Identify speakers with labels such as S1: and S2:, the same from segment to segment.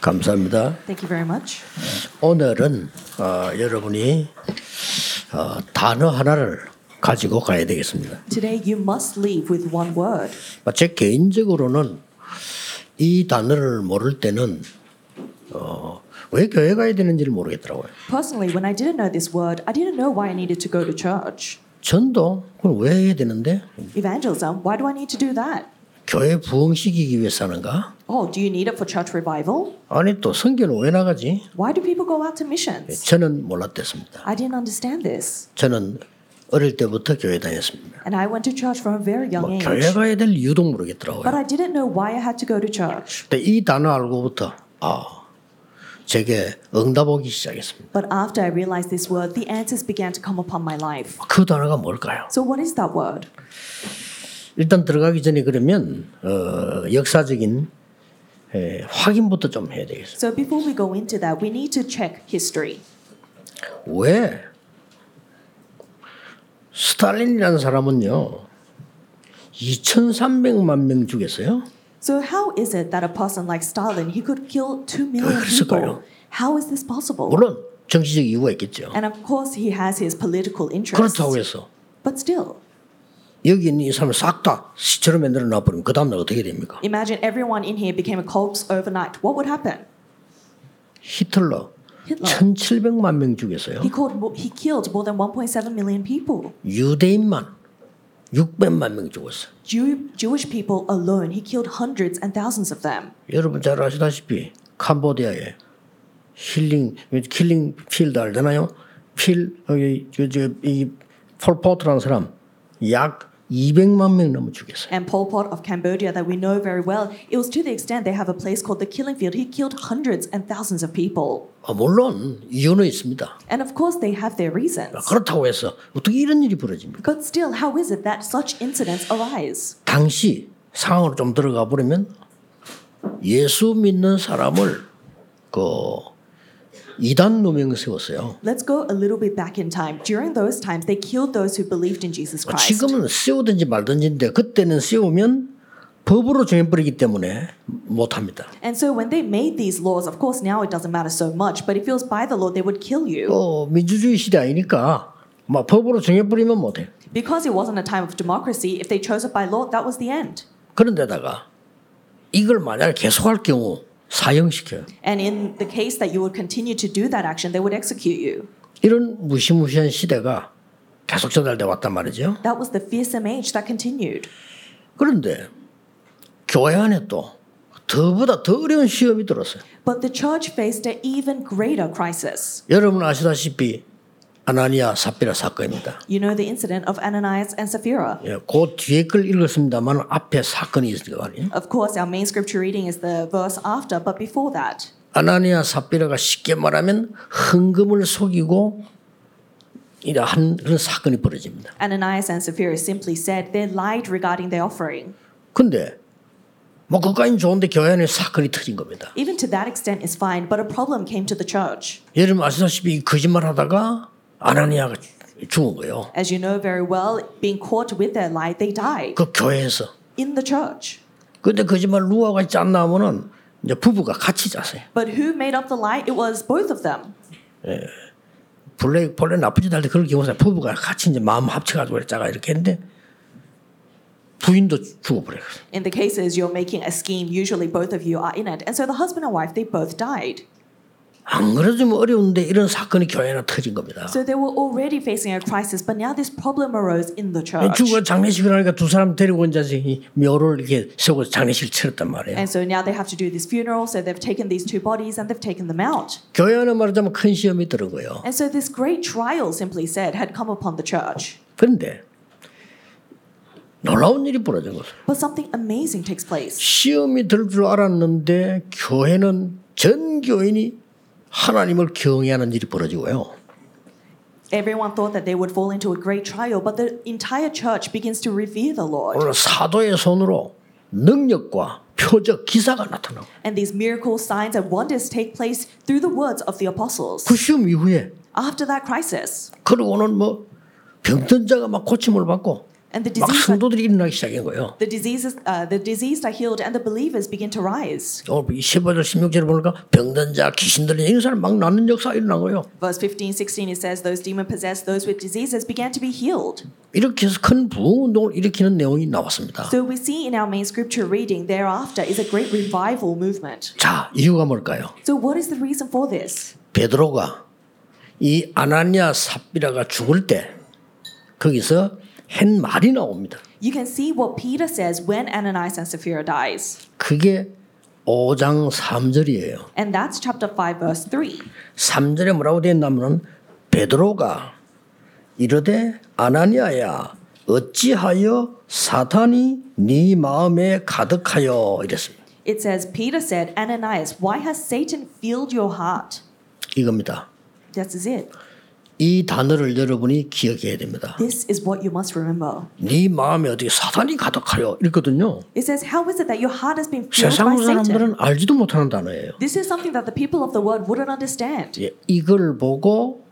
S1: 감사합니다.
S2: Thank you very much.
S1: 오늘은 어, 여러분이 어, 단어 하나를 가지고 가야 되겠습니다. 아,
S2: Today you must leave with one word.
S1: 제 개인적으로는 이 단어를 모를 때는 어, 왜 교회 가야 되는지를 모르겠더라고요.
S2: Personally, when I didn't know this word, I didn't know why I needed to go to church.
S1: 전도 그걸 왜 해야 되는데
S2: Evangelism, why do I need to do that?
S1: 교회 부흥시키기 위해서 하는가?
S2: Oh, do you need it for church revival?
S1: 아니 또 선교는 왜 나가지?
S2: Why do people go out to missions?
S1: 저는 몰랐댔습니다.
S2: I didn't understand this.
S1: 저는 어릴 때부터 교회 다녔습니다.
S2: And I went to church from a very young
S1: 뭐
S2: age.
S1: 교회 가야 될 이유도 모르겠더라고요.
S2: But I didn't know why I had to go to church.
S1: 근데 네, 이 단어 알고부터 아 제게 응답오기 시작했습니다.
S2: But after I realized this word, the answers began to come upon my life.
S1: 그 단어가 뭘까요?
S2: So, what is that word?
S1: 일단 들어가기 전에 그러면 어, 역사적인 에, 확인부터 좀 해야 되겠어요.
S2: So, before we go into that, we need to check history.
S1: 왜 스탈린이라는 사람은요 2,300만 명 죽였어요.
S2: So how is it that a person like Stalin he could kill two million
S1: 그랬을까요?
S2: people? How is this possible?
S1: 물론 정치적 이유가 있겠죠.
S2: And of course he has his political interests.
S1: 그렇다고 해서
S2: But still,
S1: 여기 있는 이 사람 싹 다 시처럼 만들어 놔버리면 그 다음날 어떻게 됩니까?
S2: imagine everyone in here became a corpse overnight. What would happen?
S1: 히틀러
S2: 히틀러.
S1: 1,700만 명 죽였어요.
S2: He called mo- he killed more than 1.7 million people.
S1: 유대인만 600만 명 죽었어요.
S2: Jew, Jewish people alone, he killed hundreds and thousands of them.
S1: 여러분 잘 아시다시피 캄보디아에 힐링 킬링 필드 알잖아요. 필 여기 저이 폴포트라는 사람 약 200만 명 넘어 죽였어요.
S2: And Pol Pot of Cambodia, that we know very well, it was to the extent they have a place called the Killing Field. He killed hundreds and thousands of people.
S1: 아, 물론 이유는 있습니다.
S2: And of course, they have their reasons.
S1: 그렇다고 해서 어떻게 이런 일이 벌어집니까?
S2: But still, how is it that such incidents arise?
S1: 당시 상황으로 좀 들어가 보려면 예수 믿는 사람을 그 이단 누명 세웠어요.
S2: Let's go a little bit back in time. During those times, they killed those who believed in Jesus Christ.
S1: 지금은 씌우든지 말든지인데 그때는 씌우면 법으로 정해버리기 때문에 못합니다.
S2: And so when they made these laws, of course, now it doesn't matter so much, but if it was by the law, they would kill you.
S1: 또 민주주의 시대 아니니까 막 법으로 정해버리면 못해.
S2: Because it wasn't a time of democracy, if they chose it by law, that was the end.
S1: 그런데다가 이걸 만약에 계속할 경우 사형시켜요.
S2: And in the case that you would continue to do that action, they would execute you.
S1: 이런 무시무시한 시대가 계속 전달돼 왔단 말이죠.
S2: That was the fearsome age that continued.
S1: 그런데 교회 안에 또 더보다 더 어려운 시험이 들었어요.
S2: But the church faced an even greater crisis.
S1: 여러분 아시다시피 아나니아 사피라 사건입니다.
S2: You know the incident of Ananias and Sapphira.
S1: 예, 그 뒤에 걸 읽었습니다만 앞에 사건이 있을 거 아니에요.
S2: Of course, our main scripture reading is the verse after, but before that,
S1: 아나니아 삽비라가 쉽게 말하면 헌금을 속이고 이한 그런 사건이 벌어집니다.
S2: Ananias and Sapphira simply said they lied regarding their offering.
S1: 근데 뭐 그까진 좋은데 교회 안에 사건이 터진 겁니다.
S2: Even to that extent is fine, but a problem came to the church.
S1: 여러분 아시다시피 이 거짓말하다가 아나니아가 죽은 거예요.
S2: As you know very well, being caught with their lie, they died
S1: 그 교회에서.
S2: in the church.
S1: 근데 거짓말 루아가 있지 않나 하면은 이제 부부가 같이 자세요.
S2: But who made up the lie? It was both of them.
S1: 본래 본래 나쁘지 않을 때 그런 경우에 부부가 같이 이제 마음 합쳐가지고 짜가 이렇게 했는데 부인도 죽어버려요.
S2: In the cases you're making a scheme, usually both of you are in it. And so the husband and wife, they both died.
S1: 안 그래도 좀 어려운데 이런 사건이 교회 안에 터진 겁니다.
S2: So they were already facing a crisis, but now this problem arose in the church.
S1: 주가 장례식을 하니까 두 사람 데리고 온 자식이 묘를 이렇게 세우고 장례식을 치렀단 말이에요.
S2: And so now they have to do this funeral. So they've taken these two bodies and they've taken them out.
S1: 교회 안에 말하자면 큰 시험이 들은 거예요.
S2: And so this great trial, simply said, had come upon the church.
S1: 그런데 놀라운 일이 벌어진 거죠.
S2: But something amazing takes place.
S1: 시험이 들 줄 알았는데 교회는 전 교인이 하나님을 경외하는 일이 벌어지고요.
S2: Everyone thought that they would fall into a great trial, but the entire church begins to revere the Lord.
S1: 오늘 사도의 손으로 능력과 표적 기사가 나타나고
S2: And these miracles, signs, and wonders take place through the words of the apostles.
S1: 그 시험 이후에
S2: After that crisis,
S1: 그러고는 뭐 병든 자가 막 고침을 받고
S2: And the
S1: 막
S2: disease,
S1: 성도들이 일어나기 시작한 거예요.
S2: the diseases, uh, the diseased are healed, and the believers begin to rise.
S1: 오늘 15절 16절을 보니까 병든 자, 귀신 들린 이런 사람 막 나는 역사가 일어난 거예요.
S2: Verse 15, 16, it says, Those demon possessed, those with diseases began to be healed.
S1: 이렇게 해서 큰 부흥 운동을 일으키는 내용이 나왔습니다.
S2: So we see in our main scripture reading thereafter is a great revival movement.
S1: 자, 이유가 뭘까요?
S2: So, what is the reason for this?
S1: 베드로가 이 아나니아 삽비라가 죽을 때 거기서 한 말이 나옵니다.
S2: You can see what Peter says when Ananias and Sapphira dies.
S1: 그게 5장 3절이에요.
S2: And that's chapter 5, verse 3.
S1: 3절에 뭐라고 되어 있냐면은 베드로가 이르되 아나니아야 어찌하여 사탄이 네 마음에 가득하여 이랬습니다.
S2: It says, Peter said, Ananias, why has Satan filled your heart?
S1: 이겁니다.
S2: This is it.
S1: 이 단어를 여러분이 기억해야 됩니다.
S2: This is what you must remember.
S1: 네 마음에 어떻게 사탄이 가득하여 이랬거든요.
S2: It says, How is it that your heart has been filled by
S1: 세상
S2: Satan?
S1: 사람들은 알지도 못하는 단어예요.
S2: This is something that the people of the world wouldn't understand.
S1: 예, 이걸 보고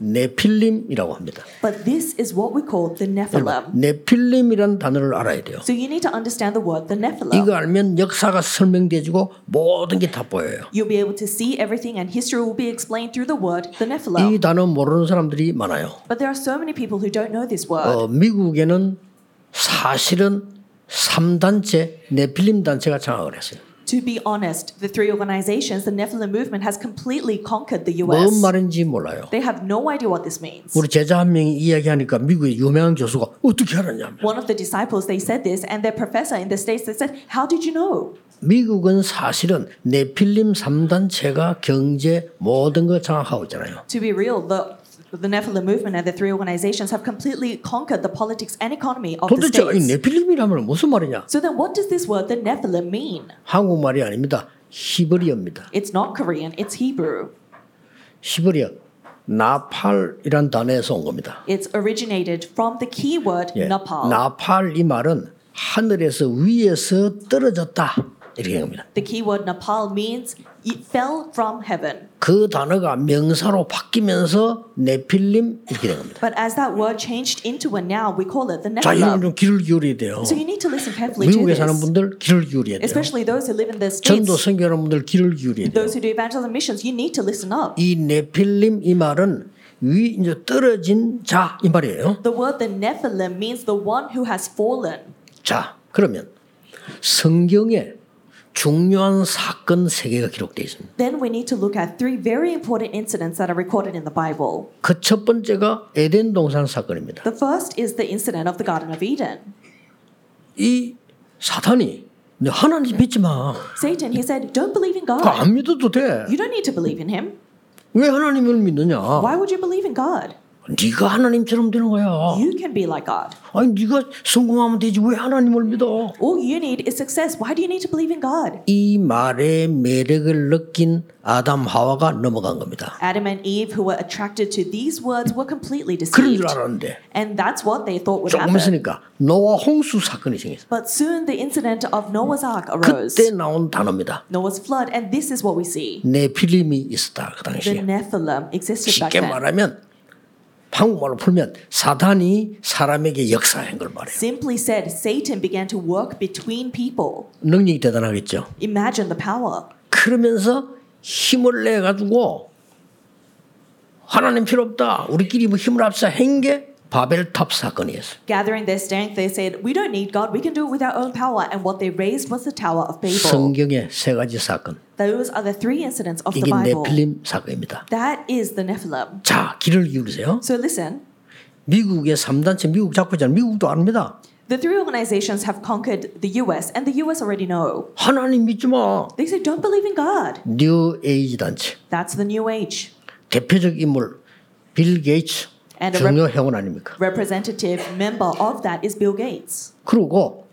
S1: 네필림이라고 합니다.
S2: But this is what we call the Nephilim.
S1: 네필림이라는 단어를 알아야 돼요.
S2: So you need to understand the word the Nephilim.
S1: 이거 알면 역사가 설명돼지고 모든 게 다 보여요.
S2: You'll be able to see everything, and history will be explained through the word the Nephilim.
S1: 이 단어 모르는 사람들이 많아요.
S2: But there are so many people who don't know this word.
S1: 어, 미국에는 사실은 3단체 네필림 단체가 장악을 했어요.
S2: To be honest, the three organizations, the Nephilim movement, has completely conquered the
S1: 뭔
S2: US.
S1: 말인지 몰라요.
S2: They have no idea what this means.
S1: 우리 제자 한 명이 이야기하니까 미국의 유명한 교수가 어떻게 알았냐.
S2: One of the disciples, they said this, and their professor in the States, they said, How did you know?
S1: 미국은 사실은 네필림 3단체가 경제 모든 걸 장악하고 있잖아요.
S2: To be real, the, the Nephilim movement and the three organizations have completely conquered the politics and economy of the
S1: 도대체 이
S2: States.
S1: 네필림이라면 무슨 말이냐?
S2: So then, what does this word, the Nephilim, mean?
S1: 한국말이 아닙니다. 히브리어입니다.
S2: It's not Korean, it's Hebrew.
S1: 히브리어 나팔이란 단어에서 온 겁니다.
S2: It's originated from the key word
S1: 예.
S2: napal.
S1: 나팔 이 말은 하늘에서 위에서 떨어졌다 이렇게 합니다.
S2: the key word napal means it fell from heaven.
S1: 그 단어가 명사로 바뀌면서 네필림 이렇게 된 겁니다.
S2: But as that word changed into a noun, we call it the
S1: 자, 이런
S2: Nephilim.
S1: 좀 귀를 기울여야 돼요.
S2: So you need to listen carefully to
S1: 미국에 사는
S2: this,
S1: 분들 귀를 기울여야 돼요.
S2: especially those who live in the
S1: 전도
S2: states,
S1: 선교하는 분들 귀를 기울여야 돼요.
S2: those who do evangelism missions. You need to listen up.
S1: 이 네필림 이 말은 위 이제 떨어진 자 이 말이에요.
S2: The word the Nephilim means the one who has fallen.
S1: 자 그러면 성경에 중요한 사건 세 개가 기록되어 있습니다.
S2: Then we need to look at three very important incidents that are recorded in the Bible.
S1: 그 첫 번째가 에덴 동산 사건입니다.
S2: The first is the incident of the Garden of Eden.
S1: 이 사탄이 너 하나님 믿지 마.
S2: Satan, he said, Don't believe in
S1: 그거
S2: God.
S1: 안 믿어도 돼.
S2: You don't need to believe in him.
S1: 왜 하나님을 믿느냐?
S2: Why would you believe in God?
S1: 네가 하나님처럼 되는 거야.
S2: You can be like God.
S1: 아니 네가 성공하면 되지 왜 하나님을 믿어?
S2: All you need is success. Why do you need to believe in God?
S1: 이 말의 매력을 느낀 아담 하와가 넘어간 겁니다.
S2: Adam and Eve, who were attracted to these words, were completely
S1: 그런 줄
S2: deceived.
S1: 알았는데
S2: And that's what they thought would
S1: 조금
S2: happen.
S1: 있으니까 노아 홍수 사건이 생겼어.
S2: But soon the incident of Noah's Ark arose.
S1: 그때 나온 단어입니다.
S2: Noah's flood, and this is what we see.
S1: 네필림이 네, 있었다 그
S2: The
S1: 당시에.
S2: Nephilim existed back
S1: 쉽게
S2: then.
S1: 말하면 한국말로 풀면 사단이 사람에게 역사한 걸 말해요.
S2: Simply said, Satan began to work between people.
S1: 능력이 대단하겠죠.
S2: Imagine the power.
S1: 그러면서 힘을 내 가지고 하나님 필요 없다. 우리끼리 뭐 힘을 합사 한게 바벨탑 사건이었어요.
S2: Gathering their strength, they said, We don't need God, we can do it with our own power. And what they raised was the Tower of Babel.
S1: 성경의 세 가지 사건.
S2: Those are the three incidents of the
S1: 이게
S2: Bible.
S1: 네필림 사건입니다.
S2: That is the Nephilim.
S1: 자, 길을 기울이세요.
S2: So listen,
S1: 미국의 3단체 미국 작품이잖아요. 미국도 압니다.
S2: the three organizations have conquered the US, and the US already know.
S1: 하나님 믿지 마.
S2: They say, don't believe in God.
S1: 뉴 에이지 단체.
S2: That's the New Age.
S1: 대표적 인물 빌 게이츠
S2: And a
S1: 중요 회원 아닙니까?
S2: Representative member of that is Bill Gates.
S1: 그리고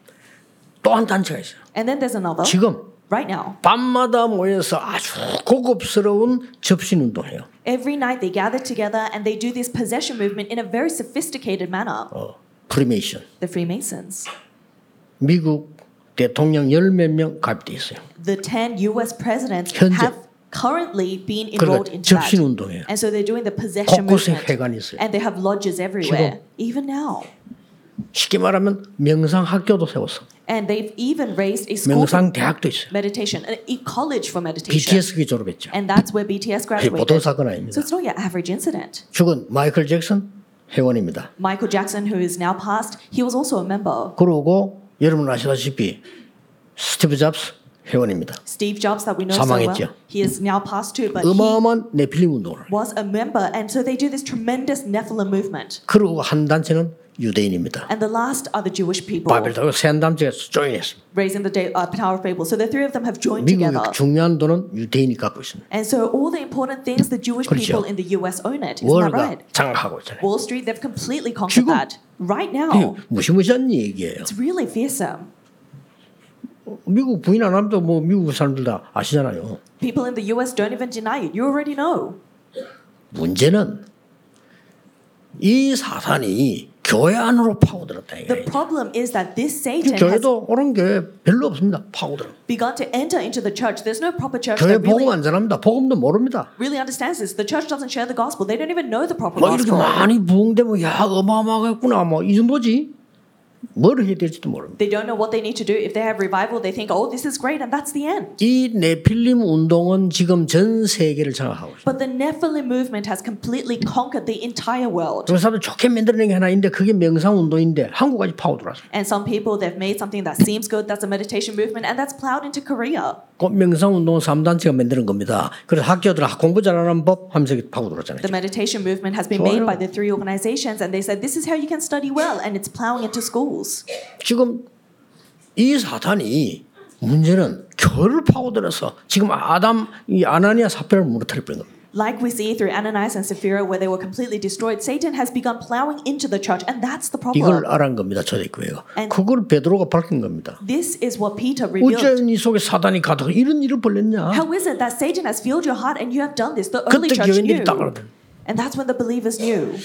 S1: 또 한 단체가 있어요.
S2: And then there's another.
S1: 지금
S2: Right now,
S1: 밤마다 모여서 아주 고급스러운 접신 운동해요.
S2: every night they gather together and they do this possession movement in a very sophisticated manner.
S1: 어, 프리메이션.
S2: The Freemasons.
S1: 미국 대통령 열 몇 명 가입돼 있어요.
S2: The 10 US presidents
S1: 현재.
S2: have currently been enrolled
S1: 그러니까
S2: into that.
S1: 접신 운동해요.
S2: And so they're doing the possession
S1: 곳곳에
S2: movement.
S1: 회관이 있어요.
S2: And they have lodges everywhere, even now.
S1: 쉽게 말하면 명상 학교도 세웠어.
S2: And they've even raised a school for
S1: 명상 대학도 있어요.
S2: meditation, a a college for meditation.
S1: BTS기 졸업했죠.
S2: And that's where BTS
S1: 그게 보통
S2: graduated.
S1: 사건
S2: So
S1: 아닙니다.
S2: it's not your average incident.
S1: 죽은 마이클 잭슨 회원입니다.
S2: Michael Jackson, who is now passed, he was also a member.
S1: 그러고 여러분 아시다시피 스티브 잡스 회원입니다.
S2: Steve Jobs, that we know so well,
S1: 사망했죠.
S2: he is now passed too, but he
S1: 어마어마한 네필림 운동을.
S2: was a member. And so they do this tremendous Nephilim movement.
S1: 그러고 한 단체는 유대인입니다.
S2: And the last are the Jewish people,
S1: 바벨탑 세한 단체가 조인했습니다.
S2: raising the day, uh, Tower of Babel. So the three of them have joined together.
S1: 미국의 중요한 돈은 유대인이 갖고 있습니다.
S2: And so all the important things, the Jewish
S1: 그렇죠.
S2: people in the US own it. Isn't
S1: 월가
S2: that right?
S1: 장악하고 있잖아요.
S2: Wall Street, they've completely conquered
S1: 지금-
S2: that right now.
S1: 무시무시한 얘기예요.
S2: It's really fearsome.
S1: 미국 부인 안 하면 뭐 미국 사람들 다 아시잖아요.
S2: People in the US don't even deny it. You already know.
S1: 문제는 이 사탄이 교회 안으로 파고들었다.
S2: The
S1: 이거예요.
S2: problem is that this Satan has
S1: 교회도 옳은 교회 별로 없습니다. 파고들어.
S2: begun to enter into the church. There's no proper church
S1: 교회
S2: that
S1: 복음
S2: really,
S1: 안 전합니다. 복음도 모릅니다.
S2: really understands this. The church doesn't share the gospel. They don't even know the proper
S1: 뭐 이렇게
S2: gospel.
S1: 많이 부흥되면 야 어마어마하겠구나 뭐 이 정도지. 뭘 해야 될지도 모릅니다.
S2: They don't know what they need to do. If they have revival, they think, oh, this is great, and that's the end.
S1: 이 네필림 운동은 지금 전 세계를 장악하고 있어요.
S2: But the Nephilim movement has completely conquered the entire world.
S1: 그 사람들 좋게 만들어낸 게 하나 있는데 그게 명상 운동인데 한국까지 파고들었어.
S2: And some people, they've made something that seems good, that's a meditation movement, and that's plowed into Korea.
S1: 그 명상 운동은 3단체가 만드는 겁니다. 그래서 학교들 공부 잘하는 법 하면서 이렇게 파고들었잖아요.
S2: The meditation movement has been
S1: Sure.
S2: made by the three organizations, and they said this is how you can study well, and it's plowing into schools.
S1: 지금 이 사탄이 문제는 교를 파고들어서 지금 아담 이 아나니아 사표를 무너뜨릴 뻔 겁니다.
S2: Like we see through Ananias and Sapphira, where they were completely destroyed, Satan has begun plowing into the church, and that's the problem.
S1: 이걸 알한 겁니다. 초대교회가.
S2: And-
S1: 그걸 베드로가 밝힌 겁니다.
S2: This is what Peter revealed.
S1: 어째 이 속에 사단이 가득 이런 일을 벌였냐.
S2: How is it that Satan has filled your heart and you have done this? The early
S1: 그때
S2: church
S1: 교인들이
S2: knew.
S1: 딱 알아들.
S2: And that's when the believers knew.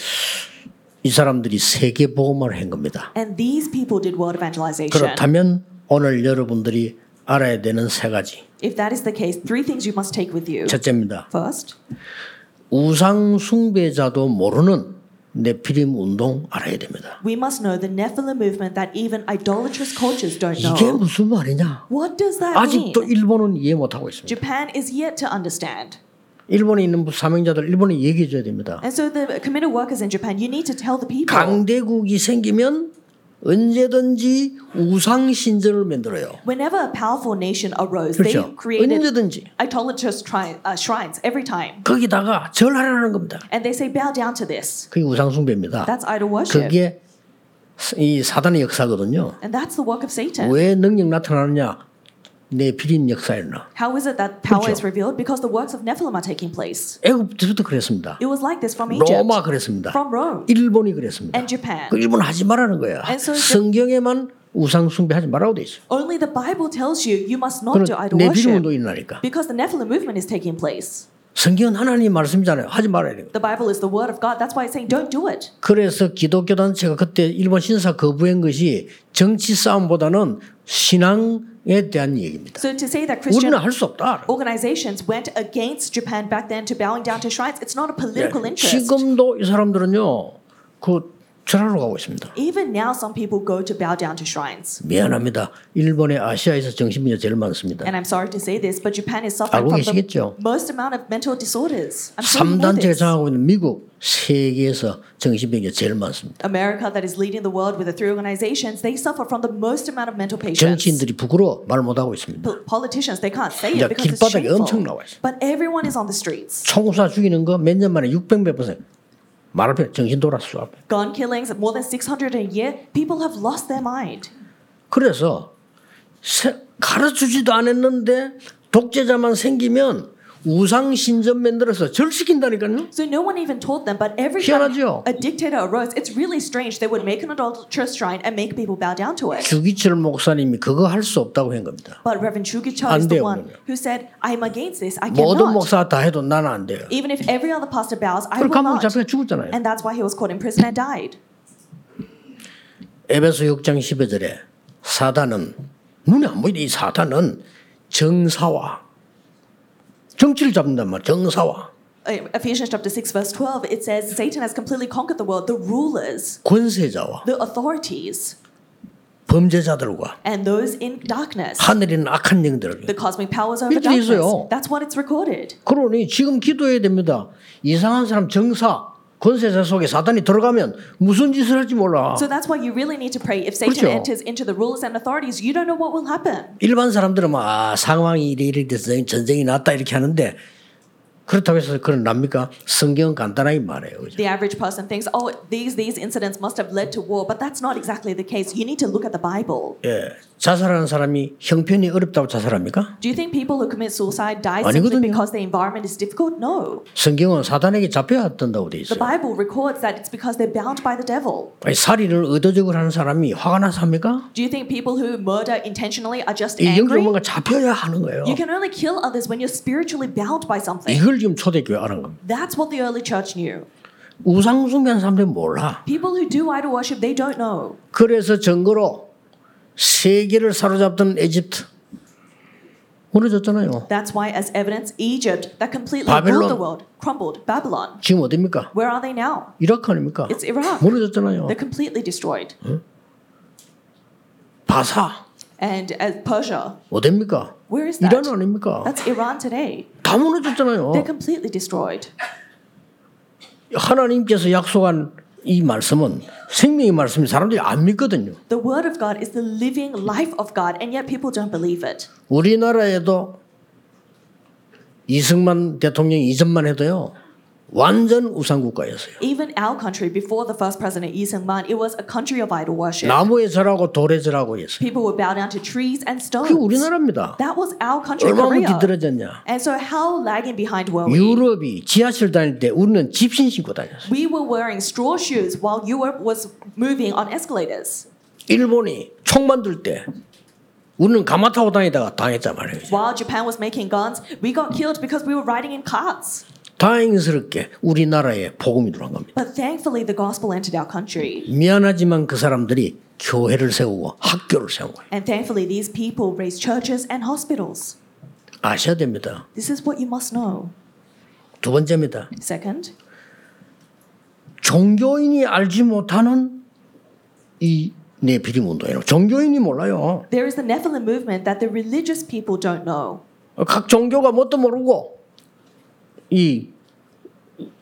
S1: 이 사람들이 세계 보험을 한 겁니다.
S2: And these people did world evangelization.
S1: 그렇다면 오늘 여러분들이 알아야 되는 세 가지.
S2: If that is the case, three things you must take with you.
S1: 첫째입니다.
S2: First,
S1: 우상 숭배자도 모르는 네피림 운동 알아야 됩니다.
S2: we must know the Nephilim movement that even idolatrous cultures don't
S1: 이게
S2: know.
S1: 무슨 말이냐?
S2: What does that mean?
S1: 아직도 일본은 이해 못하고 있습니다.
S2: Japan is yet to understand.
S1: 일본에 있는 사명자들 일본에 얘기해 줘야 됩니다.
S2: And so the committed workers in Japan, you need to tell the people.
S1: 강대국이 생기면 언제든지 우상 신전을 만들어요.
S2: Whenever a powerful nation arose, they
S1: 그렇죠?
S2: created
S1: 언제든지
S2: idolatrous tri- uh, shrines every time.
S1: 거기다가 절하라는 겁니다.
S2: And they say, bow down to this.
S1: 그게 우상 숭배입니다.
S2: That's idol worship.
S1: 그게 이 사단의 역사거든요.
S2: And that's the work of Satan.
S1: 왜 능력 나타나느냐? 내 비린 역사였나?
S2: How is it that power
S1: 그렇죠.
S2: is revealed? Because the works of Nephilim are taking place.
S1: 애국부터 그랬습니다.
S2: It was like this from Egypt,
S1: 로마 그랬습니다.
S2: from Rome,
S1: 일본이 그랬습니다.
S2: and Japan.
S1: 그 일본 하지 말라는 거야.
S2: And so it's-
S1: 성경에만 우상 숭배하지 말라고 돼 있어.
S2: Only the Bible tells you you must not do
S1: 그건
S2: idol
S1: 내 비린
S2: worship
S1: 운동이 일어나니까.
S2: because the Nephilim movement is taking place.
S1: 성경은 하나님 말씀이잖아요. 하지 말아야 돼요.
S2: The Bible is the word of God. That's why it's saying don't do it.
S1: 그래서 기독교 단체가 그때 일본 신사 거부한 것이 정치 싸움보다는 신앙에 대한 얘기입니다.
S2: So to say that
S1: 우리는
S2: Christian Oh,
S1: 할 수 없다.
S2: organizations went against Japan back then to bowing down to shrines, it's not a political interest.
S1: 지금도 이 사람들은요, 그 절하러 가고 있습니다.
S2: Even now, some people go to bow down to shrines.
S1: 미안합니다. 일본의 아시아에서 정신분야 제일 많습니다.
S2: And I'm sorry to say this, but Japan is
S1: 알고
S2: suffering from the
S1: 계시겠죠?
S2: most amount of mental disorders. I'm sure you know
S1: 3단체가
S2: this.
S1: 장하고 있는 미국, 세계에서 정신병이 제일 많습니다.
S2: America, that is leading the world with the three organizations, they suffer from the most amount of mental patients.
S1: 정치인들이 부끄러워 말 못하고 있습니다.
S2: Po- Politicians, they can't say
S1: 야,
S2: it because it's
S1: 길바닥에 엄청 나와
S2: shameful.
S1: 있어.
S2: But everyone is on the streets.
S1: 총사 죽이는 거 몇 년 만에 600몇 퍼센트. 말할 필요 정신 돌았어. 앞에.
S2: Gun killings, more than 600 a year. People have lost their mind.
S1: 그래서 세- 가르치지도 않았는데 독재자만 생기면 우상 신전 만들어서 절시킨다니까요.
S2: So no one even told them, but every time
S1: 희한하죠?
S2: a dictator arose, it's really strange they would make an adulterous shrine and make people bow down to it.
S1: 주기철 목사님이 그거 할 수 없다고 한 겁니다.
S2: But Reverend Chugicha
S1: 안
S2: is the
S1: 돼요,
S2: one
S1: 그러면.
S2: who said, I'm against this, I
S1: 모든
S2: cannot.
S1: 목사 다 해도 나는 안 돼요.
S2: Even if every other pastor bows, I will
S1: 그리고 감옥
S2: not.
S1: 잡혀서 죽었잖아요.
S2: And that's why he was caught in prison and died.
S1: 에베소 6장 12절에 사단은 눈에 안 보이는 이 사단은 정사와 정치를 잡는단 말이야. 정사와
S2: uh, Ephesians chapter 6, verse 12, it says, Satan has completely conquered the world, the rulers,
S1: 권세자와
S2: the authorities,
S1: 범죄자들과
S2: and those in darkness,
S1: 하늘에 있는 악한 영들을
S2: the cosmic powers over
S1: 일절에
S2: darkness.
S1: 있어요.
S2: That's what it's recorded.
S1: 그러니 지금 기도해야 됩니다. 이상한 사람 정사 권세자 속에 사단이 들어가면 무슨 짓을 할지 몰라.
S2: So that's why you really need to pray. If Satan
S1: 그렇죠.
S2: enters into the rulers and authorities, you don't know what will happen.
S1: 일반 사람들은 막 아, 상황이 이래 이래 돼서 전쟁이 났다 이렇게 하는데 그렇다고 해서 그런 납니까? 성경은 간단하게 말해요. 그죠?
S2: The average person thinks, oh, these, these incidents must have led to war, but that's not exactly the case. You need to look at the Bible.
S1: 예. 자살하는 사람이 형편이 어렵다고 자살합니까?
S2: Do you think people who commit suicide die simply
S1: 아니거든요.
S2: because their environment is difficult? No.
S1: 성경은 사단에게 잡혀야 된다고 돼
S2: The
S1: 있어요.
S2: Bible records that it's because they're bound by the devil.
S1: 아니, 살인을 의도적으로 하는 사람이 화가 나서 합니까?
S2: Do you think people who murder intentionally are just
S1: 이 영적
S2: angry?
S1: 뭔가 잡혀야 하는 거예요.
S2: You can only kill others when you're spiritually bound by something.
S1: 이걸 지금 초대교회 아는 겁니다.
S2: That's what the early church knew.
S1: 우상 숭배하는 사람들이 몰라.
S2: People who do idol worship, they don't know.
S1: 그래서 정거로 세계를 사로잡던 에집트 무너졌잖아요.
S2: That's why, as evidence, Egypt, that completely
S1: Babylon.
S2: ruled the world, crumbled. Babylon.
S1: 지금 어딥니까?
S2: Where are they now?
S1: 이라크 아닙니까?
S2: It's Iraq. 네.
S1: 무너졌잖아요.
S2: They're completely destroyed.
S1: 바사
S2: And as Persia,
S1: 어딥니까?
S2: where is that?
S1: 이란 아닙니까?
S2: That's Iran today.
S1: 다 무너졌잖아요.
S2: They're completely destroyed.
S1: 하나님께서 약속한 이 말씀은 생명의 말씀이 사람들이 안 믿거든요.
S2: The word of God is the living life of God, and yet people don't believe it.
S1: 우리나라에도 이승만 대통령 이전만 해도요 완전 우상 국가였어요.
S2: Even our country, before the first president Yi Sung Man, it was a country of idol worship.
S1: 나무에 절하고 돌에 절하고 했어요.
S2: People would bow down to trees and stones.
S1: 그게 우리나라입니다.
S2: That was our country,
S1: 얼마나
S2: Korea.
S1: 뒤떨어졌냐?
S2: And so, how lagging behind were we?
S1: 유럽이 지하철 다닐 때 우리는 집신 신고 다녔어요.
S2: We were wearing straw shoes while Europe was moving on escalators.
S1: 일본이 총 만들 때 우리는 가마 타고 다니다가 당했단 말이에요.
S2: While Japan was making guns, we got killed because we were riding in carts.
S1: 다행스럽게 우리나라에 복음이 들어간 겁니다.
S2: But thankfully, the gospel entered our country.
S1: 미안하지만 그 사람들이 교회를 세우고 학교를 세운 거예요.
S2: And thankfully, these people raised churches and hospitals.
S1: 아셔야 됩니다.
S2: This is what you must know.
S1: 두 번째입니다.
S2: Second,
S1: 종교인이 알지 못하는 이 내피림 운동이에요. 종교인이 몰라요.
S2: there is the Nephilim movement that the religious people don't know.
S1: 각 종교가 뭣도 모르고 이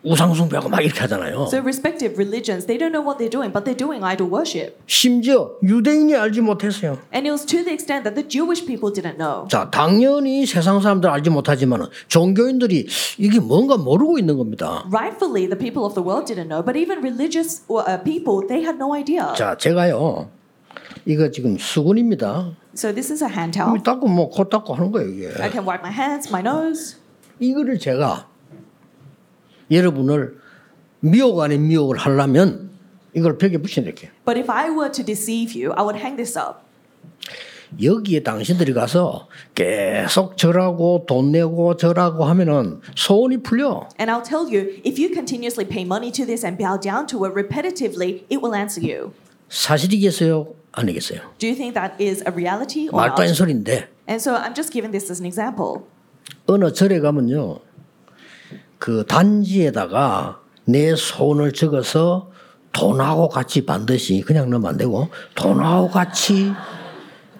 S1: 우상숭배하고 막 이렇게 하잖아요.
S2: So, respective religions, they don't know what they're doing, but they're doing idol worship.
S1: 심지어 유대인이 알지 못했어요.
S2: And it was to the extent that the Jewish people didn't know.
S1: 자, 당연히 세상 사람들 알지 못하지만 종교인들이 이게 뭔가 모르고 있는 겁니다.
S2: Rightfully, the people of the world didn't know, but even religious uh, people, they had no idea.
S1: 자, 제가요. 이거 지금 수건입니다.
S2: So, this is a hand
S1: 이
S2: towel.
S1: 닦고 뭐, 코 닦고 하는 거예요, 이게.
S2: I can wipe my hands, my nose.
S1: 이거를 제가 여러분을 미혹 아닌 미혹을 하려면 이걸 벽에 붙여낼게요.
S2: But if I were to deceive you, I would hang this up.
S1: 여기에 당신들이 가서 계속 절하고 돈 내고 절하고 하면은 소원이 풀려.
S2: And I'll tell you, if you continuously pay money to this and bow down to it repetitively, it will answer you.
S1: 사실이겠어요? 아니겠어요?
S2: Do you think that is a reality or
S1: 말도 안 되는
S2: not?
S1: 소리인데
S2: And so I'm just giving this as an example.
S1: 어느 절에 가면요. 그 단지에다가 내 소원을 적어서 돈하고 같이 반드시 그냥 넣으면 안 되고 돈하고 같이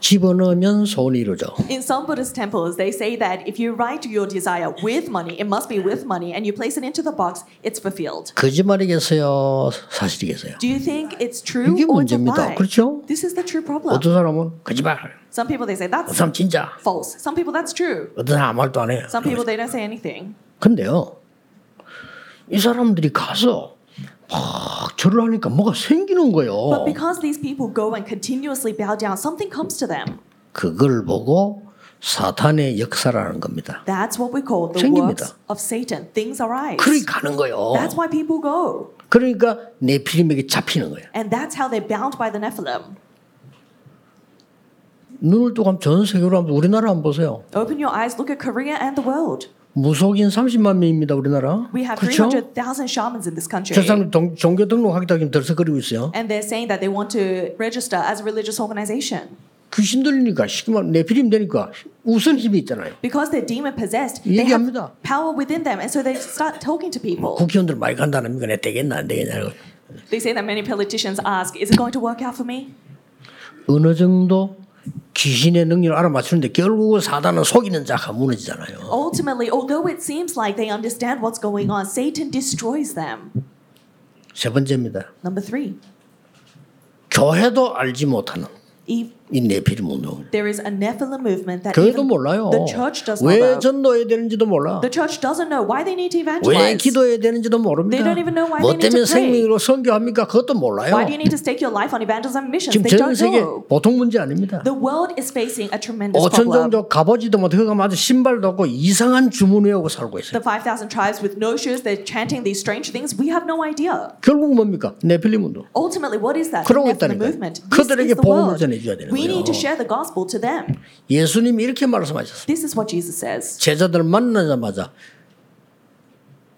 S1: 집어넣으면 소원이 이루어져.
S2: In some Buddhist temples, they say that if you write your desire with money, it must be with money, and you place it into the box, it's fulfilled.
S1: 거짓말이겠어요? 사실이겠어요?
S2: Do you think it's true
S1: 이게
S2: or it's a
S1: 문제입니다.
S2: lie?
S1: 그렇죠?
S2: This is the true problem.
S1: 어떤 사람은 거짓말,
S2: Some people they say
S1: 어떤
S2: that's
S1: 사람 진짜,
S2: false. Some people that's true.
S1: 어떤 사람 아무 말도 안 해요.
S2: Some people they don't say anything.
S1: 근데요, 이 사람들이 가서 막 절을 하니까 뭐가 생기는
S2: But
S1: 거예요.
S2: because these people go and continuously bow down, something comes to them.
S1: 그걸 보고 사탄의 역사라는 겁니다.
S2: That's what we call the
S1: 생깁니다.
S2: works of Satan. Things arise.
S1: 그리 가는 거예요.
S2: That's why people go.
S1: 그러니까 네피림에게 잡히는 거예요.
S2: And that's how they're bound by the Nephilim.
S1: 눈을 뜨고 한번 전 세계로 한번 우리나라 한번 보세요.
S2: Open your eyes, look at Korea and the world.
S1: 무속인 30만 명입니다, 우리나라.
S2: We have
S1: 그렇죠?
S2: 300,000 shamans in this country.
S1: 저 사람들 동- 종교 등록하겠다고 지금 덜썩거리고 있어요.
S2: And they're saying that they want to register as a religious organization.
S1: 귀신 들리니까 시키면 네피림 되니까 우선 힘이 있잖아요.
S2: Because they're demon possessed, they
S1: 얘기합니다.
S2: have power within them, and so they start talking to people.
S1: 국회의원들 많이 간다는 니까 내 되겠나 안 되겠냐고.
S2: They say that many politicians ask, "Is it going to work out for me?"
S1: 어느 정도 귀신의 능력을 알아맞추는데 결국은 사단은 속이는 자가 무너지잖아요.
S2: Ultimately, although it seems like they understand what's going on, Satan destroys them.
S1: 세 번째입니다.
S2: Number three,
S1: 교회도 알지 못하는
S2: Eve.
S1: 이 네피림 운동을.
S2: There is a Nephilim movement that
S1: 교회도
S2: even
S1: 몰라요.
S2: the church does not
S1: 왜
S2: know.
S1: 전도해야 되는지도 몰라.
S2: The church doesn't know why they need to
S1: 왜
S2: evangelize.
S1: 기도해야 되는지도
S2: They
S1: 모릅니다.
S2: don't even know why
S1: 뭐
S2: they need
S1: 때문에
S2: to pray.
S1: 생명으로 선교합니까? 그것도 몰라요.
S2: Why do you need to stake your life on evangelism and missions?
S1: 지금
S2: They
S1: 전
S2: don't
S1: 세계
S2: know.
S1: 보통 문제 아닙니다.
S2: The world is facing a tremendous
S1: 5천
S2: problem.
S1: 종족 가보지도 못하고 가면 아주 신발도 없고 이상한 주문 외우고 살고 있어요.
S2: The 5,000 tribes with no shoes, they're chanting these strange things. We have no idea.
S1: 결국 뭡니까? 네필리문도.
S2: Ultimately, what is that? The
S1: 그러고
S2: Nephilim
S1: 있다니까요.
S2: movement. This
S1: 그들에게
S2: is the
S1: 복음을
S2: world.
S1: 전해줘야 되는
S2: We
S1: 거예요.
S2: need to share the gospel to them.
S1: 예수님이 이렇게 말씀하셨어요.
S2: This is what Jesus says.
S1: 제자들 만나자마자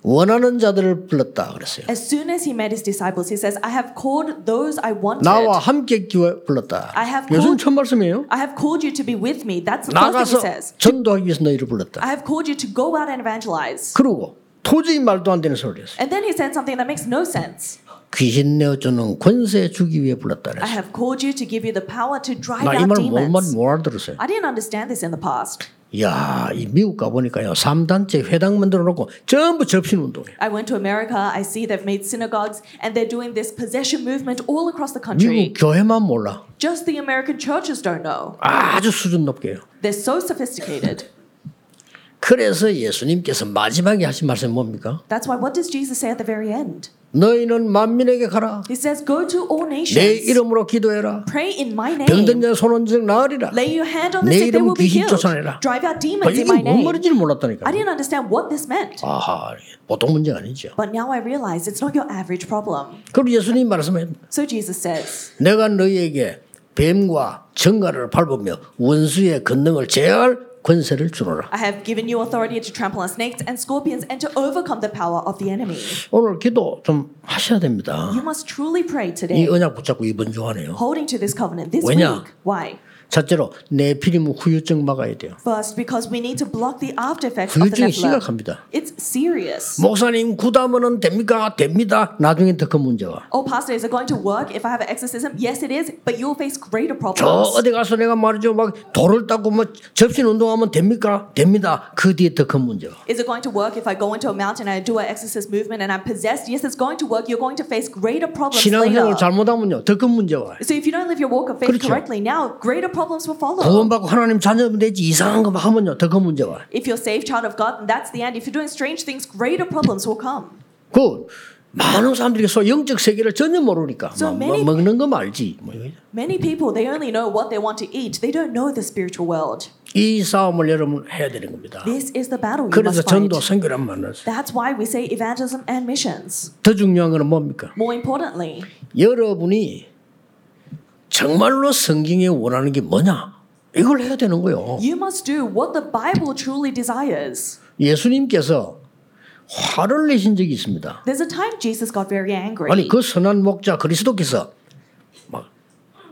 S1: 원하는 자들을 불렀다 그랬어요.
S2: As soon as he met his disciples, he says, I have called those I wanted.
S1: 나와 함께 기회 불렀다.
S2: I have
S1: 예수님
S2: called-
S1: 첫 말씀이에요.
S2: I have called you to be with me. That's the first thing
S1: 나가서
S2: he says.
S1: 전도하기 위해서 너희를 불렀다.
S2: I have called you to go out and evangelize.
S1: 그러고 도저히 말도 안 되는 소리를 했어요.
S2: And then he said something that makes no sense.
S1: 귀신 내어주는 권세 주기 위해 불렀다
S2: I
S1: 그랬어요.
S2: have called you to give you the power to drive
S1: 나이
S2: out
S1: 말 뭔말
S2: demons.
S1: 못 알아들었어요.
S2: I didn't understand this in the past.
S1: 이야, 이 미국 가보니까요. 3단체 회당 만들어 놓고 전부 접신 운동이에요.
S2: I went to America. I see they've made synagogues and they're doing this possession movement all across the country.
S1: 미국 교회만 몰라.
S2: Just the American churches don't know.
S1: 아주 수준 높게요.
S2: They're so sophisticated.
S1: 그래서 예수님께서 마지막에 하신 말씀이 뭡니까?
S2: That's why what does Jesus say at the very end?
S1: 너희는 만민에게 가라.
S2: He says, Go to all
S1: 내
S2: nations,
S1: 이름으로 기도해라.
S2: pray in my
S1: 병든
S2: name,
S1: 자 손온즉 나으리라.
S2: lay your hand on the
S1: 내
S2: sick, they
S1: 이름
S2: will be
S1: 귀신
S2: healed.
S1: 쫓아내라.
S2: Drive out
S1: 아,
S2: demons
S1: 이게
S2: in my
S1: 뭔
S2: name.
S1: 말인지를
S2: I
S1: 몰랐다니까.
S2: didn't understand what this meant.
S1: 아하, 보통 문제가 아니죠.
S2: But now I realize it's not your average problem.
S1: 그리고 예수님 말씀에
S2: So Jesus says,
S1: 내가 너희에게 뱀과 정갈을 밟으며 원수의 권능을 제할 권세를 주노라.
S2: I have given you authority to trample on snakes and scorpions and to overcome the power of the enemy.
S1: 오늘 기도 좀 하셔야 됩니다.
S2: You must truly pray
S1: 이
S2: today,
S1: 언약 붙잡고 이번 주하네요.
S2: holding to this covenant this
S1: 왜냐?
S2: week. Why?
S1: 첫째로 내피림 후유증 막아야 돼요.
S2: First, because we need to block the after effects of the
S1: 후유증이
S2: Nephilim.
S1: 심각합니다.
S2: It's serious.
S1: 목사님 구담은 됩니까? 됩니다. 나중에 더 큰 문제가.
S2: Oh, pastor, is it going to work if I have an exorcism? Yes, it is, but you'll face greater
S1: 저
S2: problems.
S1: 어디 가서 내가 말이죠 막 돌을 닦고 뭐 접신 운동하면 됩니까? 됩니다. 그 뒤에 더 큰 문제가.
S2: Is it going to work if I go into a mountain and I do an exorcist movement and I'm possessed? Yes, it's going to work. You're going to face greater problems
S1: 신앙생활
S2: later.
S1: 잘못하면요 더 큰 문제가.
S2: So if you don't live your walk of faith
S1: 그렇죠.
S2: correctly now, greater problems will follow.
S1: 구원받고 하나님 자녀면 되지 이상한 거 막 하면요 더 큰 문제가.
S2: If you're saved child of God, then that's the end. If you're doing strange things, greater problems will come.
S1: 그 많은 사람들이 서 영적 세계를 전혀 모르니까
S2: So
S1: 막- 막
S2: many-
S1: 먹는 거 말지. 뭐 이거.
S2: Many people, they only know what they want to eat. They don't know the spiritual world.
S1: 이 싸움을 여러분 해야 되는 겁니다.
S2: This is the battle you
S1: 그래서
S2: must fight.
S1: 전도 선교란 말을 했어요.
S2: That's why we say evangelism and missions.
S1: 더 중요한 거는 뭡니까?
S2: More importantly,
S1: 여러분이 정말로 성경에 원하는 게 뭐냐? 이걸 해야 되는 거예요.
S2: you must do what the Bible truly desires.
S1: 예수님께서 화를 내신 적이 있습니다.
S2: There's a time Jesus got very angry.
S1: 아니 그 선한 목자 그리스도께서 막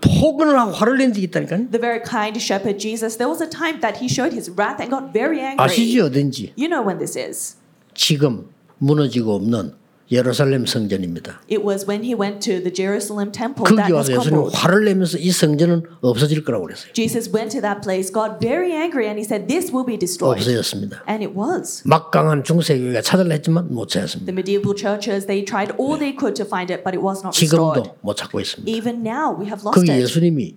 S1: 폭언을 하고 화를 낸 적이 있다니까요.
S2: The very kind shepherd Jesus, there was a time that he showed his wrath and got very angry.
S1: 아시지 어딘지
S2: You know when this is.
S1: 지금 무너지고 없는 예루살렘 성전입니다. 그
S2: It was when he went to the Jerusalem temple
S1: 거기
S2: that was
S1: 와서 예수님
S2: crumbled.
S1: 화를 내면서 이 성전은 없어질 거라고 그랬어요.
S2: Jesus went to that place, got very angry, and he said, This will be
S1: Oh,
S2: destroyed.
S1: 없어졌습니다.
S2: And it was.
S1: 막강한 중세교회가 찾으려 했지만 못
S2: The
S1: 찾았습니다.
S2: medieval churches, they tried all they could to find it, but it was not restored.
S1: 지금도 못 찾고 있습니다.
S2: Even now, we have lost
S1: 거기
S2: it.
S1: 예수님이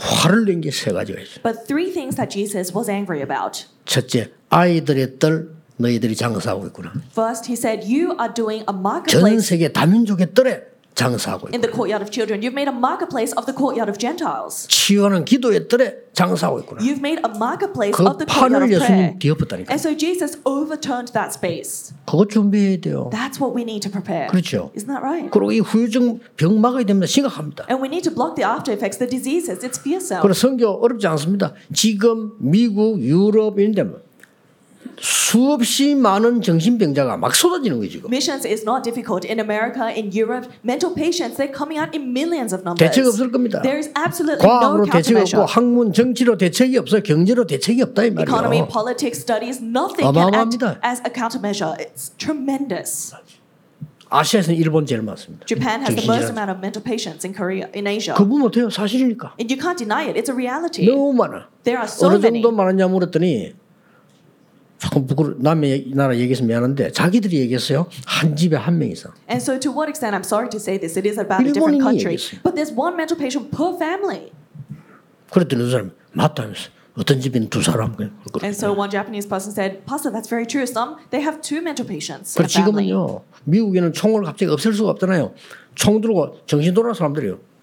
S1: 화를 낸 게 세 가지가 있어요.
S2: But three things that Jesus was angry about.
S1: 첫째, 아이들의 딸 너희들이 장사하고 있구나.
S2: First, he said, You are doing a
S1: 전
S2: marketplace
S1: 세계 다민족의 뜰에 장사하고
S2: in
S1: 있고
S2: the courtyard of children. You've made a marketplace of the courtyard of Gentiles.
S1: 치유하는 기도의 뜰에 장사하고 있구나.
S2: You've made a marketplace
S1: 그
S2: of the
S1: 판을
S2: courtyard of prayer.
S1: 예수님 뒤엎었다니까.
S2: And so Jesus overturned that space.
S1: 그거 준비해야 돼요.
S2: That's what we need to prepare.
S1: 그렇죠.
S2: Isn't that right?
S1: 그리고 이 후유증 병 막아야 됩니다. 심각합니다.
S2: And we need to block the after effects, the diseases. It's fearsome.
S1: 그래서 성교 어렵지 않습니다. 지금 미국, 유럽 이런 데면 수없이 많은 정신병자가 막 쏟아지는 거예요 지금.
S2: Missions is not difficult. In America, in Europe, mental patients, they're coming out in millions of numbers.
S1: 대책 없을 겁니다.
S2: There is absolutely no
S1: 과학으로 대책이 없고
S2: countermeasure.
S1: 학문 정치로 대책이 없어 경제로 대책이 없다 이
S2: Economy,
S1: 말이에요.
S2: politics, studies, nothing can act
S1: 어마어마합니다.
S2: as a countermeasure. It's tremendous.
S1: 아시아에서는 일본 제일 많습니다.
S2: Japan has the
S1: 정신질환.
S2: most amount of mental patients in Korea, in Asia.
S1: 그분 못해요 사실이니까.
S2: And you can't deny it. It's a reality.
S1: 너무 많아.
S2: 예. There are so
S1: 어느
S2: many.
S1: 정도 많았냐 물었더니 조금 부끄러 남의 얘기- 나라 얘기해서 미안한데 자기들이 얘기했어요 한 집에 한 명 이상.
S2: And so, to what extent, I'm sorry to say this, it is about a
S1: 일본인이
S2: different country,
S1: 얘기했어요.
S2: but there's one mental patient per family.
S1: 그랬더니 그 사람이 맞다면서 어떤 집에는 두 사람 그냥 그렇게.
S2: And so, one Japanese person said, Pastor, that's very true. Some, they have two mental patients. per
S1: 그래서
S2: family.
S1: 지금은요 미국에는 총을 갑자기 없앨 수가 없잖아요. 총 들고 정신 돌아온 사람들이요.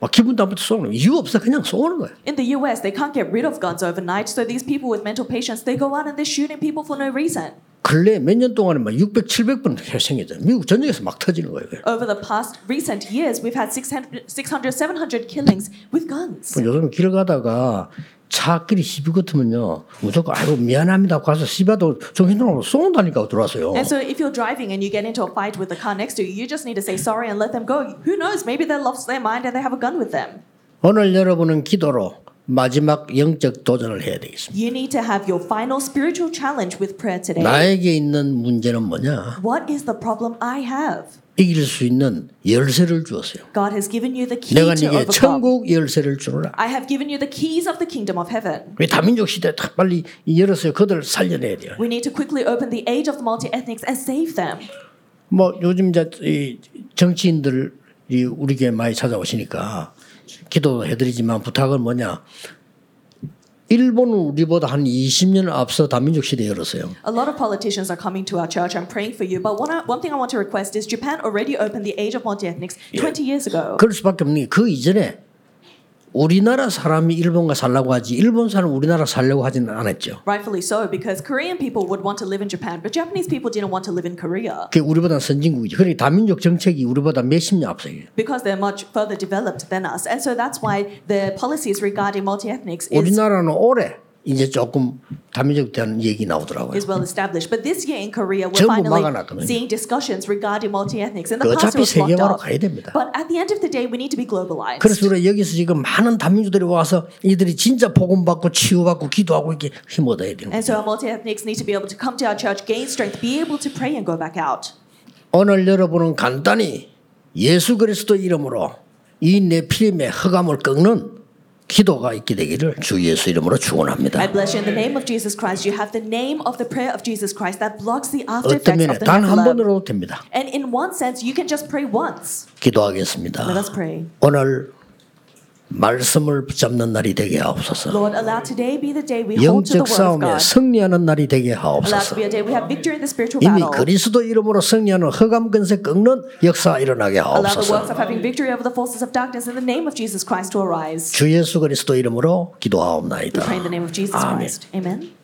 S1: 막 기분 나쁘게 쏘는 이유 없어 그냥 쏘는 거예요.
S2: In the US, they can't get rid of guns overnight, so these people with mental patients, they go out and they're shooting people for no reason.
S1: 근래 몇 년 동안에 막 600, 700번 생겼죠. 미국 전역에서 막 터지는 거예요. 그게.
S2: Over the past recent years, we've had 600, 600 700 killings with guns.
S1: 요즘 길 가다가 차끼리 시비 같으면요 무조건 아이고 미안합니다 가서 시비도 정신적으로 쏜다니까 들어왔어요.
S2: And so, if you're driving and you get into a fight with the car next to you, you just need to say sorry and let them go. Who knows? Maybe they lost their mind and they have a gun with them.
S1: 오늘 여러분은 기도로 마지막 영적 도전을 해야 되겠습니다.
S2: You need to have your final spiritual challenge with prayer today.
S1: 나에게 있는 문제는 뭐냐?
S2: What is the problem I have?
S1: 이길 수 있는 열쇠를 주었어요.
S2: God has given you the key
S1: 내가
S2: to
S1: 네게
S2: overcome.
S1: 천국 열쇠를 주노라.
S2: I have given you the keys of the kingdom of heaven.
S1: 우리 다민족 시대 다 빨리 열었어요. 그들을 살려내야 돼요.
S2: We need to quickly open the age of the multi-ethnics and save them.
S1: 뭐 요즘 이제 이 정치인들이 우리에게 많이 찾아오시니까 기도도 해드리지만 부탁은 뭐냐. 일본은 우리보다 한 20년 앞서 다민족 시대 열었어요.
S2: A lot of politicians are coming to our church. I'm praying for you. But one, I- one thing I want to request is Japan already opened the age of multi-ethnics 20 years ago.
S1: 그럴 수밖에 없는 게 그 이전에 우리나라 사람이 일본과 살라고 하지 일본 사람 우리나라 살려고 하지는 않았죠.
S2: Rightfully so, because Korean people would want to live in Japan, but Japanese people didn't want to live in Korea
S1: 그게 우리보다 선진국이죠. 그러니까 다민족 정책이 우리보다 몇십 년 앞서요.
S2: because they're much further developed than us. And so that's why their policies regarding multi-ethnics is
S1: 우리나라는 올해 이제 조금 다민족 대한 얘기 나오더라고요.
S2: is well established. But this year in Korea, we're
S1: 전부
S2: finally
S1: 막아놨거든요.
S2: seeing discussions regarding multi-ethnics. In the
S1: 그
S2: past,
S1: 어차피
S2: it was blocked
S1: 세계화로
S2: off.
S1: 가야 됩니다.
S2: But at the end of the day, we need to be globalized.
S1: 그래서 우리가 여기서 지금 많은 다민족들이 와서 이들이 진짜 복음 받고 치유받고 기도하고 이렇게 힘 얻어야 되는 거예요.
S2: And so our multi-ethnics need to be able to come to our church, gain strength, be able to pray and go back out.
S1: 오늘 여러분은 간단히 예수 그리스도 이름으로 이 내 필임의 허감을 꺾는 기도가 있게 되기를 주 예수 이름으로
S2: I
S1: 축원합니다.
S2: bless you in the name of Jesus Christ. You have the name of the prayer of Jesus Christ that blocks the after
S1: 어떤
S2: effects
S1: 면에
S2: of the
S1: 단 한
S2: nephilim.
S1: 번으로도 됩니다.
S2: And in one sense, you can just pray once. Let
S1: 기도하겠습니다.
S2: us pray.
S1: 오늘 말씀을 붙잡는 날이 되게 하옵소서.
S2: Lord, allow today be the day we hold to
S1: 영적
S2: the word of
S1: 싸움에
S2: God.
S1: 승리하는 날이 되게
S2: Allow to
S1: 하옵소서.
S2: be a day we have victory in the spiritual
S1: 이미
S2: battle.
S1: 그리스도 이름으로 승리하는 허감 근세 꺾는 역사 일어나게
S2: Allow the
S1: 하옵소서.
S2: works of having victory over the forces of darkness in the name of Jesus Christ to arise.
S1: 주 예수 그리스도 이름으로
S2: We pray in
S1: 기도하옵나이다.
S2: the name of Jesus
S1: Amen.
S2: Christ. Amen.